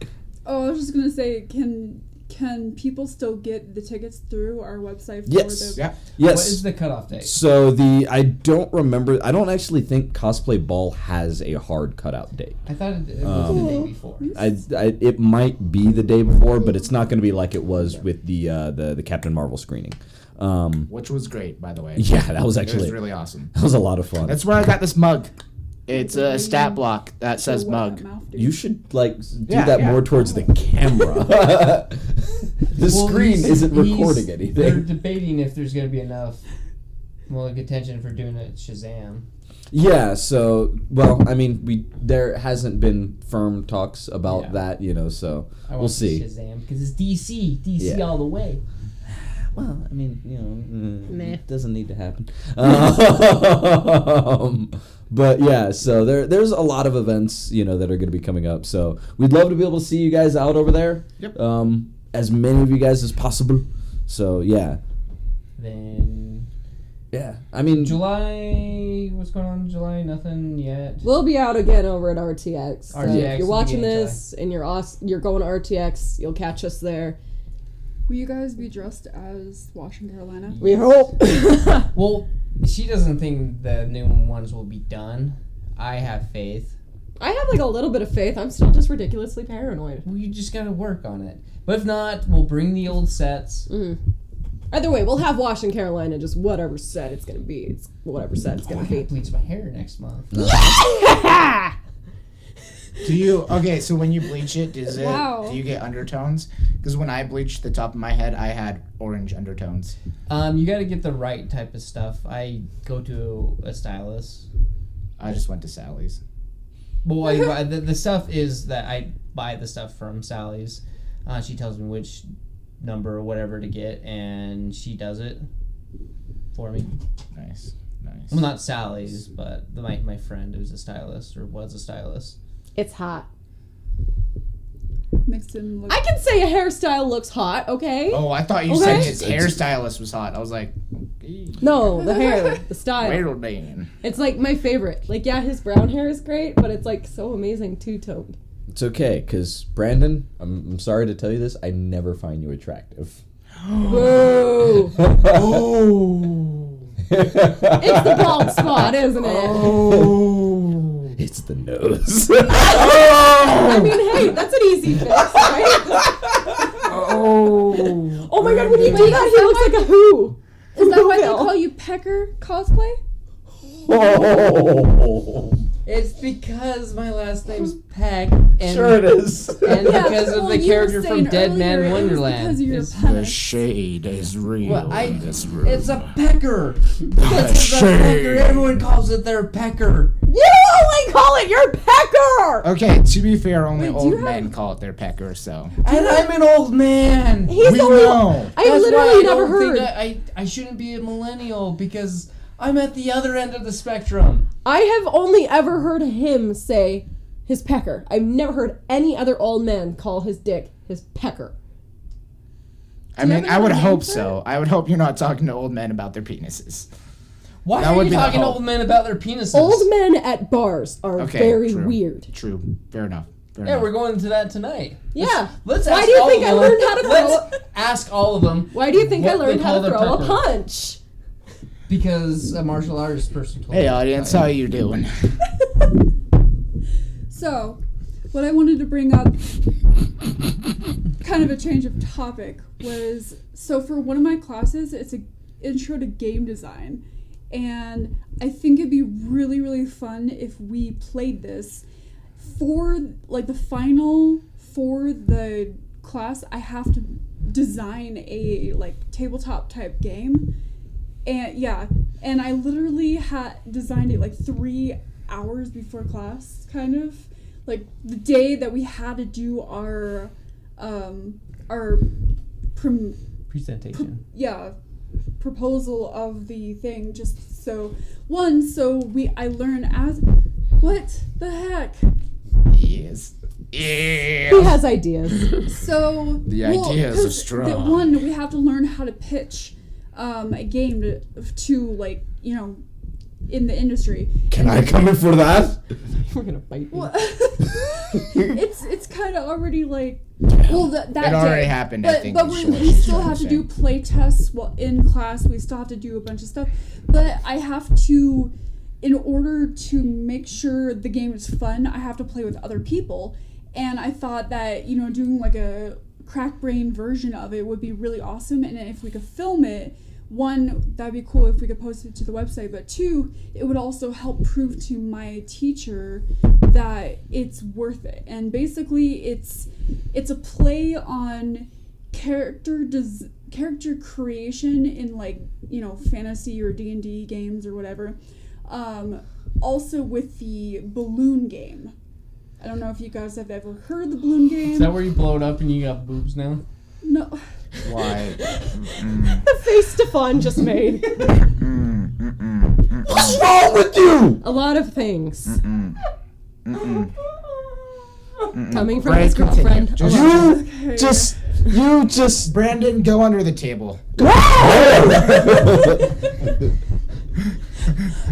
oh, I was just gonna say, can can people still get the tickets through our website for
Yes.
the
Yeah.
Yes.
What is the cutoff date?
so the I don't remember. I don't actually think Cosplay Ball has a hard cutout date.
I thought it, it was
Um,
the day before.
I, I it might be the day before, but it's not going to be like it was with the uh, the the Captain Marvel screening. Um,
Which was great, by the way.
yeah, that was
It was
actually
really awesome.
that was a lot of fun.
That's where I got this mug. It's a stat block that says
web
mug.
mouth?
You should like s- do
Yeah,
that
yeah.
more towards the camera. the
Well,
screen
he's-
isn't
he's-
recording
They're
anything.
debating if there's going to be enough, well, contention for doing it Shazam.
Yeah, so well, I mean, we there hasn't been firm talks about
Yeah.
that, you know. So
I
we'll
want
see.
Shazam because it's DC, DC
Yeah.
all the way.
Well, I mean, you know, mm,
Meh.
it doesn't need to happen. Um, but yeah, so there there's a lot of events, you know, that are going to be coming up. So we'd love to be able to see you guys out over there.
Yep.
Um, as many of you guys as possible. So yeah,
Then
yeah. I mean,
July, what's going on? in July, nothing yet.
We'll be out again over at RTX. So
RTX,
if you're watching
beginning of
this and you're aus- you're going to RTX, you'll catch us there.
Will you guys be dressed as Washington, Carolina?
We hope.
Well, she doesn't think the new ones will be done. I have faith.
I have like a little bit of faith. I'm still just ridiculously paranoid.
Well, you just gotta work on it. But if not, we'll bring the old sets.
Mm. Either way, we'll have Wash and Carolina. Just whatever set it's gonna be. It's whatever set it's
Oh,
gonna
I gotta
be.
bleach my hair next month.
Do you okay? So when you bleach it, does it?
Wow.
Do you get undertones? Because when I bleached the top of my head, I had orange undertones.
Um, you gotta get the right type of stuff. I go to a stylist.
I just went to Sally's.
Well, I, buy- the, the stuff is that I buy the stuff from Sally's. Uh, she tells me which number or whatever to get, and she does it for me.
Nice, nice.
Well, not Sally's, but the, my my friend who's a stylist or was a stylist.
It's hot.
Makes him look.
I can say a hairstyle looks hot. Okay.
Oh, I thought you
Okay.
said his hairstylist was hot. I was like, okay.
No, the hair, the style.
Weird man.
It's like my favorite. Like yeah, his brown hair is great, but it's like so amazing two toned.
It's okay, because Brandon, I'm, I'm sorry to tell you this, I never find you attractive.
Boo!
oh.
It's the bald spot, isn't it?
Oh.
It's the nose. Oh!
I mean, hey, that's an easy fix, right?
Oh.
oh my god, when he did that, he looks like a who.
Is that why they
Well.
call you Pecker cosplay?
oh,
It's because my last
Hmm.
name's Peck. And
sure it is.
and
Yeah,
because of
well,
the
you were
character from
saying
Dead Man
earlier it was
Wonderland.
Because you're
It's-
a penis.
shade is real
Well, I-
in this room.
It's a pecker. This is a
shame.
pecker. Everyone calls it their pecker.
You only call it your pecker!
okay, to be fair, only
Wait, do you
old
have-
men call it their pecker, so.
And I'm an old man.
He's
we
only.
know.
That's
I
why
literally
I
never
don't
heard.
Think I, I I shouldn't be a millennial because I'm at the other end of the spectrum.
I have only ever heard him say his pecker. I've never heard any other old man call his dick his pecker.
I mean, I would hope so. I would hope you're not talking to old men about their penises.
Why
That
are
would
you
be the
talking to
hope.
old men about their penises?
Old men at bars are
Okay,
very
true.
weird.
True. Fair enough. Fair
yeah,
enough.
we're going to that tonight.
Yeah.
Let's
Why
ask
do you
all
think
of
I
them-
learned how to
Let's ask all of them
Why do you think I
What they
learned how
call
to
their
throw a
pecker.
punch?
because a martial artist person told
Hey,
me.
audience, how you doing?
So, what I wanted to bring up, kind of a change of topic, was so for one of my classes, it's a intro to game design, and I think it'd be really really fun if we played this for like the final for the class. I have to design a like tabletop type game, and yeah, and I literally had designed it like three hours before class, kind of like the day that we had to do our um our prom-
Presentation.
yeah proposal of the thing just so one so we I learn as what the heck
yes.
He
Yeah.
has ideas.
so
The
well,
ideas are
'cause
strong.
that one we have to learn how to pitch um, a game to, to like you know in the industry
Can I come in for that?
We're gonna bite you.
well, it's it's kind of already like well that, that
It already
day.
happened, I
but,
think.
but
is
we,
what
we
she's
still
trying
have to
say.
do play tests while in class. We still have to do a bunch of stuff. But I have to, in order to make sure the game is fun, I have to play with other people. And I thought that, you know, doing like a crack brain version of it would be really awesome. And if we could film it, one, that'd be cool if we could post it to the website. But two, it would also help prove to my teacher that it's worth it. And basically, it's it's a play on character does character creation in like you know fantasy or D and D games or whatever. Um, also with the balloon game. I don't know if you guys have ever heard of the balloon game.
Is that where you blow it up and you got boobs now?
no,
Why?
the face Stefan just made.
Mm, mm, mm, mm,
What's wrong with you?
A lot of things.
mm, mm, mm.
Coming from
Brad,
his
continue.
girlfriend.
Just-
Alone.
You just, you just.
Brandon, go under the table.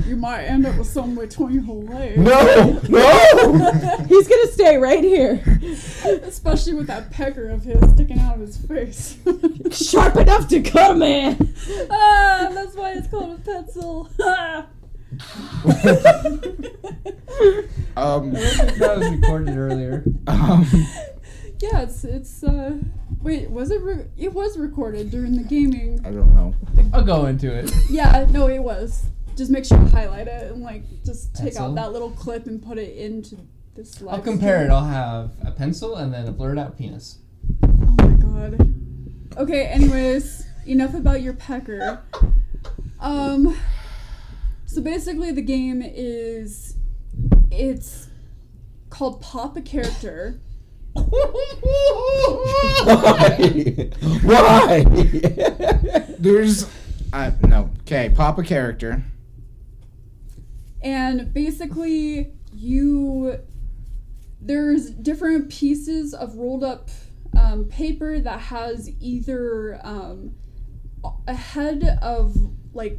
you might end up with something between her legs,
no, no.
He's gonna stay right here.
especially with that pecker of his sticking out of his face.
Sharp enough to cut a man.
ah, that's why it's called a pencil. Ah.
Um,
that was recorded earlier.
um,
yeah, it's it's. Uh, wait, was it? Re- it was recorded during the gaming
I don't know.
I'll go into it.
Yeah, no, it was. Just make sure to highlight it and like just take
Pencil?
out that little clip and put it into this. Live
I'll compare it.
stream.
I'll have a pencil and then a blurred out penis.
Oh my god. Okay. Anyways, enough about your pecker. Um. So basically, the game is it's called Pop a Character.
Why? Why?
There's, uh, no. Okay, pop a character.
and basically you there's different pieces of rolled up um, paper that has either um, a head of like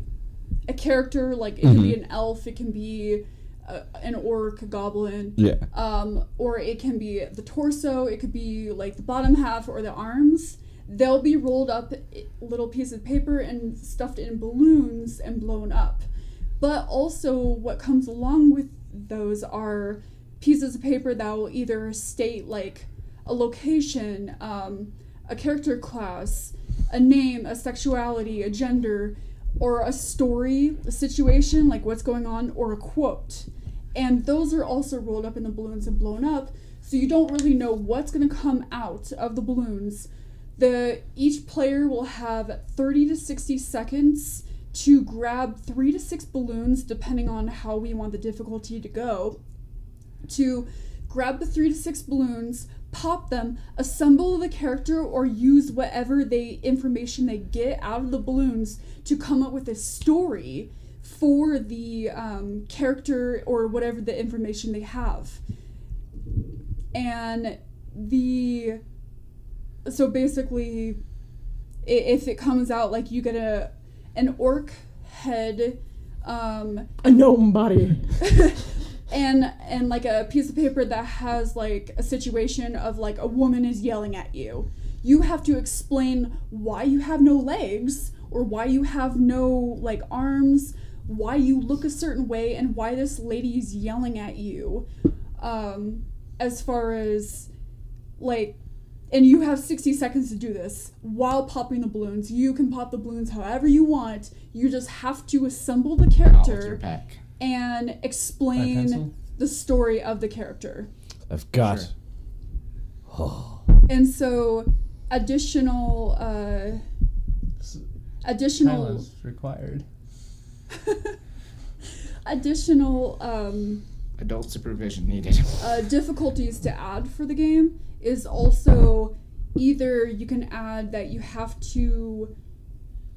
a character like it can be an elf it can be a, an orc a goblin
yeah.
um, or it can be the torso, it could be like the bottom half or the arms. They'll be rolled up i- little piece of paper and stuffed in balloons and blown up. But also, what comes along with those are pieces of paper that will either state like a location, um, a character class, a name, a sexuality, a gender, or a story, a situation, like what's going on, or a quote. And those are also rolled up in the balloons and blown up, so you don't really know what's going to come out of the balloons. The each player will have 30 to 60 seconds to grab 3 to 6 balloons depending on how we want the difficulty to go to grab the three to six balloons, pop them, assemble the character, or use whatever they information they get out of the balloons to come up with a story for the um, character or whatever the information they have. And the so basically, i- if it comes out like you get a an orc head. Um,
A gnome body.
and and like a piece of paper that has like a situation of like a woman is yelling at you you have to explain why you have no legs or why you have no like arms why you look a certain way and why this lady is yelling at you um as far as like and you have 60 seconds to do this while popping the balloons you can pop the balloons however you want you just have to assemble the character
Alter pack.
and
Black pencil?
explain the story of the character.
I've got.
Sure.
And so, additional uh,
S-
additional
Kylo's required.
additional um,
Adult supervision needed.
uh, difficulties to add for the game is also either you can add that you have to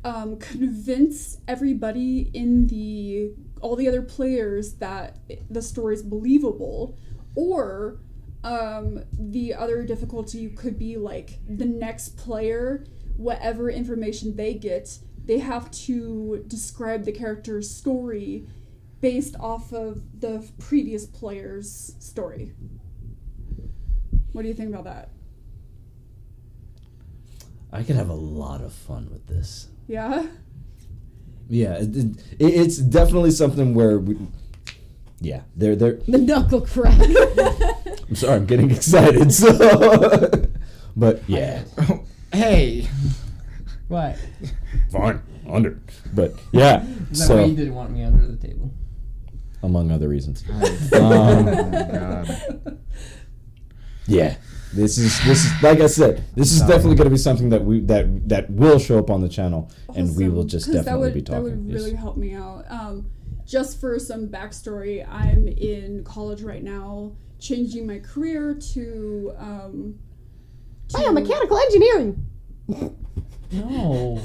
um, convince everybody in the all the other players that the story is believable, or um, the other difficulty could be like the next player, whatever information they get, they have to describe the character's story based off of the previous player's story. What do you think about that?
I could have a lot of fun with this.
Yeah?
Yeah, it, it, it's definitely something where we. Yeah, they're they're.
the knuckle crack.
I'm sorry, I'm getting excited. So, but yeah,
Oh,
hey,
Why?
fine, under. But yeah,
Is that why you
so
didn't want me under the table?
among other reasons,
oh my god.
yeah, this is this is like I said, this is
Sorry.
definitely going to be something that we that that will show up on the channel, and we will
Awesome,
just
'cause
definitely
that would,
be talking.
That would
Yes.
really help me out. Um, just for some backstory, I'm in college right now, changing my career to. Um, to
Biomechanical engineering.
No.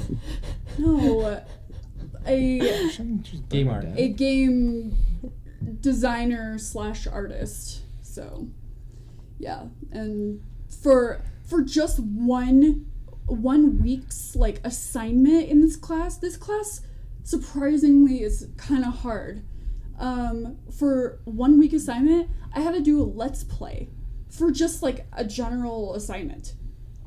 No, a
Game art.
a game designer slash artist. So, yeah, and for for just one one week's like assignment in this class, this class surprisingly is kind of hard. Um, for one week assignment, I had to do a let's play for just like a general assignment.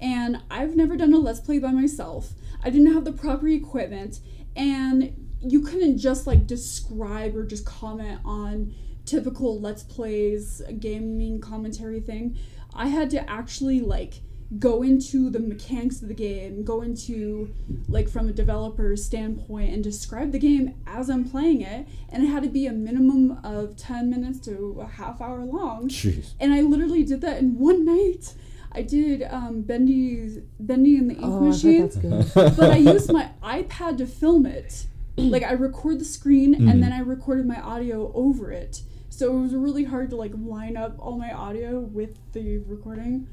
And I've never done a let's play by myself. I didn't have the proper equipment and you couldn't just like describe or just comment on typical let's plays gaming commentary thing i had to actually like go into the mechanics of the game go into like from a developer's standpoint and describe the game as i'm playing it and it had to be a minimum of 10 minutes to a half hour long
Jeez.
and I literally did that in one night. I did um, Bendy's Bendy and the Ink
Oh, I've heard
Machine,
that's good.
but I used my iPad to film it. Like I record the screen
Mm-hmm.
and then I recorded my audio over it. So it was really hard to like line up all my audio with the recording.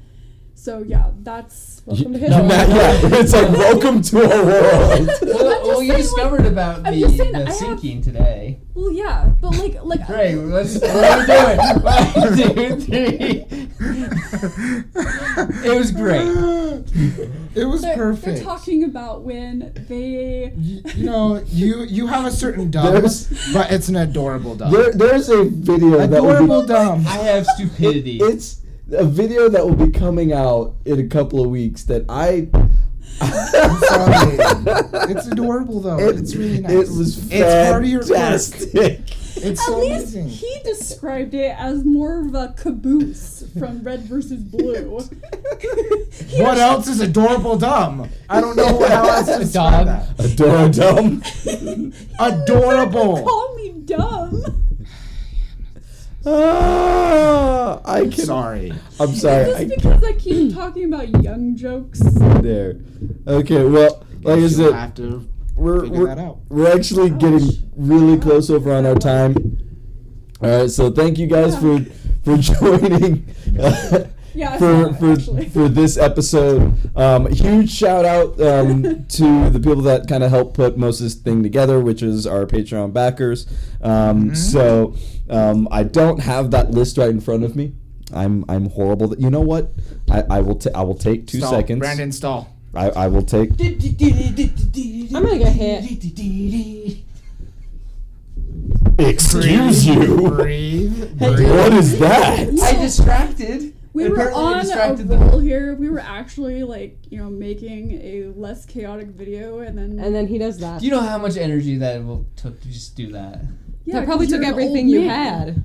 So yeah, that's
Welcome to his
Not- yeah, it's like welcome to our world.
Well, well you
saying,
discovered about
I'm
the,
just saying I
the
have-
sinking today.
well yeah, but like like
Great. Let's, what are we doing? One, two, three. It was great.
It was
they're,
perfect.
they're talking about when they
Y- you know, you you have a certain dumb,
There's-
but it's an adorable dumb.
There, there's a video that would be
adorable dumb.
I have stupidity.
It's a video that will be coming out in a couple of weeks that I.
Sorry. It's adorable though.
It-
it's really nice.
It was
It's part of your work.
fantastic.
It's
At
so
least
amazing.
he described it as more of a caboose from Red versus Blue.
What else is adorable dumb? I don't know how else to describe
Dog.
that.
Adoro dumb.
Adorable.
Call me dumb.
Ah, I can.
Sorry.
I'm sorry.
Just
I
because I keep talking about young jokes.
can't there. Okay. Well, like I
Guess you'll
said,
have to
we're
figure
we're,
that out.
we're actually
Oh,
getting really close over on our time. All right. So thank you guys for for joining. uh,
Yeah, I saw
for
it,
for,
actually.
for this episode. Um, huge shout out um, to the people that kind of helped put most of this thing together, which is our Patreon backers. Um,
Mm-hmm.
So um, I don't have that list right in front of me. I'm I'm horrible. That you know what? I, I will ta- I will take two
Stall.
seconds.
Brandon Stall.
I, I will take.
I'm gonna get hit.
Excuse you.
Breathe.
What is that?
I distracted.
We
And
were
apparently
on a
distracted the-
roll here. We were actually like, you know, making a less chaotic video, and then
And then he does that.
Do you know how much energy that will took to just do that?
yeah,
that probably
'cause
took
you're an old
everything you
man.
had.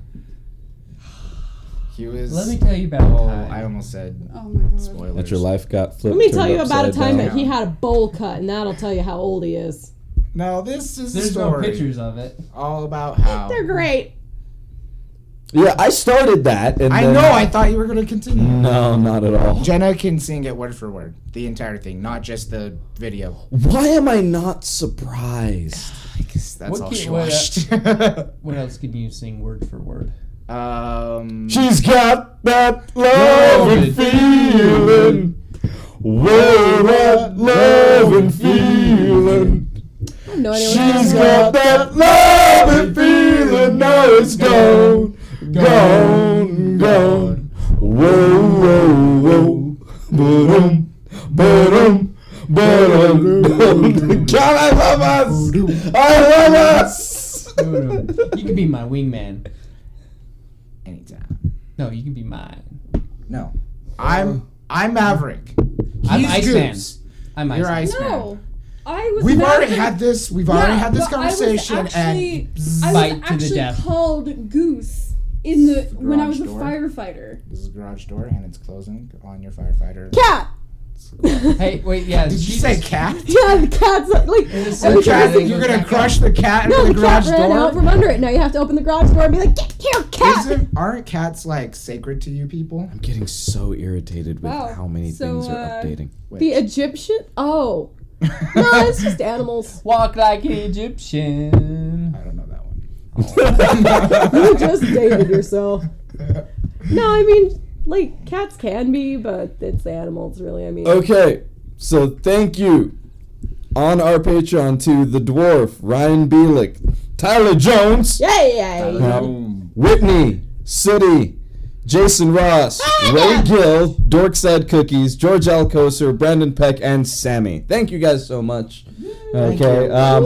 He was.
Let me tell you about
Oh,
Kai.
I almost said
Oh my god.
spoilers.
That your life got
Let
flipped.
me tell
turned
you about a
upside
time
down.
that he had a bowl cut, and that'll tell you how old he is.
No, this is a
There's no
story
pictures of it.
all about how.
great.
Yeah, I started that, and
I
then-
know. I thought you were gonna continue.
No, not at all.
Jenna can sing it word for word, the entire thing, not just the video.
Why am I not surprised?
I guess that's
What
all
can-
she
what, uh,
watched.
What else can you sing word for word?
um,
She's got that love and feeling. Well, that love and feeling.
I have no idea what that
She's
is.
got that love and feeling. Now it's gone, gone, gone. Whoa, whoa, whoa. Ba-dum, ba-dum, ba-dum. God, I love us. I love us.
you can be my wingman.
anytime.
No, you can be mine.
No, I'm I'm Maverick. He's
I'm Iceman.
Goose.
I'm
You're
Iceman.
Iceman.
No, I was.
We've already
laughing-
had this. We've
Yeah,
already had this
but I was
conversation.
actually-
and
I
Fight
was
to the
actually
death.
called Goose in the when I was
garage
a
door.
firefighter.
this is a garage door, and it's closing on your firefighter.
Cat.
Hey, wait, yeah.
Did you
she-
say cat?
Yeah, the cat's like. like
is
every
so
time I
Cat,
tragic.
say-
You're gonna crush the cat in
no,
the
the cat
garage
ran out
door.
from under it. Now you have to open the garage door and be like, "Get here, cat!"
Isn't, aren't cats like sacred to you people?
I'm getting so irritated with
Wow.
how many
So,
things are
uh,
updating.
The Egyptian? Oh. No, it's just animals.
Walk like an Egyptian.
I don't know that one.
You just dated yourself. No, I mean, like, cats can be, but it's animals, really. I mean,
Okay, so thank you on our Patreon to the dwarf Ryan Bielik, Tyler Jones,
yeah, yeah, yeah.
uh, Whitney City, Jason Ross, Ray Gill, Dorkside Cookies, George Alcoser, Brandon Peck, and Sammy. Thank you guys so much. Okay,
you.
um,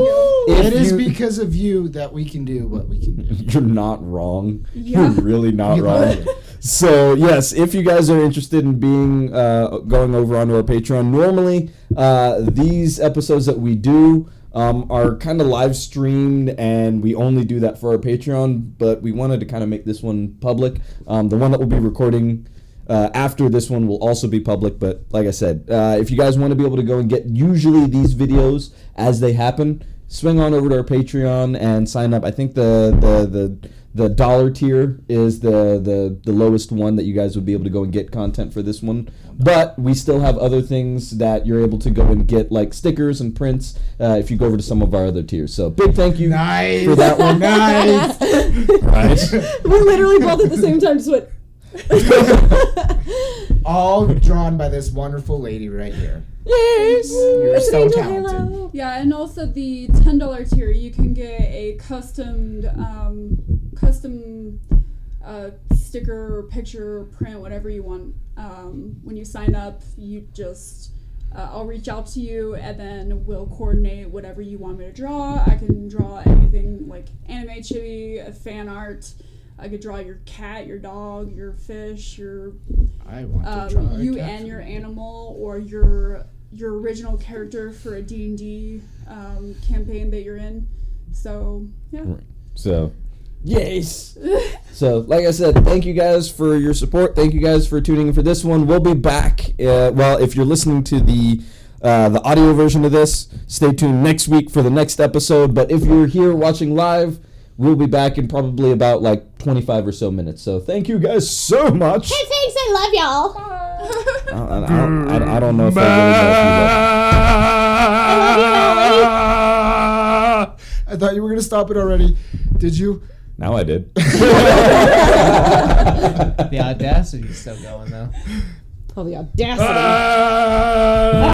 if
It is
you-
because of you that we can do what we can do.
You're not wrong.
Yeah.
You're really not
You
wrong.
love it.
So yes, if you guys are interested in being uh, going over onto our Patreon, normally uh, these episodes that we do um, are kind of live streamed, and we only do that for our Patreon. But we wanted to kind of make this one public. Um, the one that we'll be recording uh, after this one will also be public. But like I said, uh, if you guys want to be able to go and get usually these videos as they happen, swing on over to our Patreon and sign up. I think the the the the dollar tier is the, the the lowest one that you guys would be able to go and get content for this one but we still have other things that you're able to go and get like stickers and prints uh, if you go over to some of our other tiers so big thank you
Nice.
for that one
Oh, Nice.
We literally both at the same time just went.
All drawn by this wonderful lady right here.
Yes!
You're
it's
so
an angel
talented.
halo.
Yeah, and also the ten dollar tier, you can get a custom, um, custom uh, sticker, or picture, or print, whatever you want. Um, when you sign up, you just uh, I'll reach out to you, and then we'll coordinate whatever you want me to draw. I can draw anything like anime, chibi, uh, fan art. I could draw your cat, your dog, your fish, your
I want to draw
um,
a
you
cat
and
for
your
you.
animal or your your original character for a D&D um, campaign that you're in. So, yeah.
so Yes. so, like I said, thank you guys for your support. Thank you guys for tuning in for this one. We'll be back. Uh, well, if you're listening to the uh, the audio version of this, stay tuned next week for the next episode. But if you're here watching live, we'll be back in probably about like 25 or so minutes. So, thank you guys so much.
Thanks, I love y'all.
I, I, I don't, I, I don't know if I
I thought you were gonna stop it already. Did you?
really does, but now I did.
The audacity's still going though.
Oh, the audacity.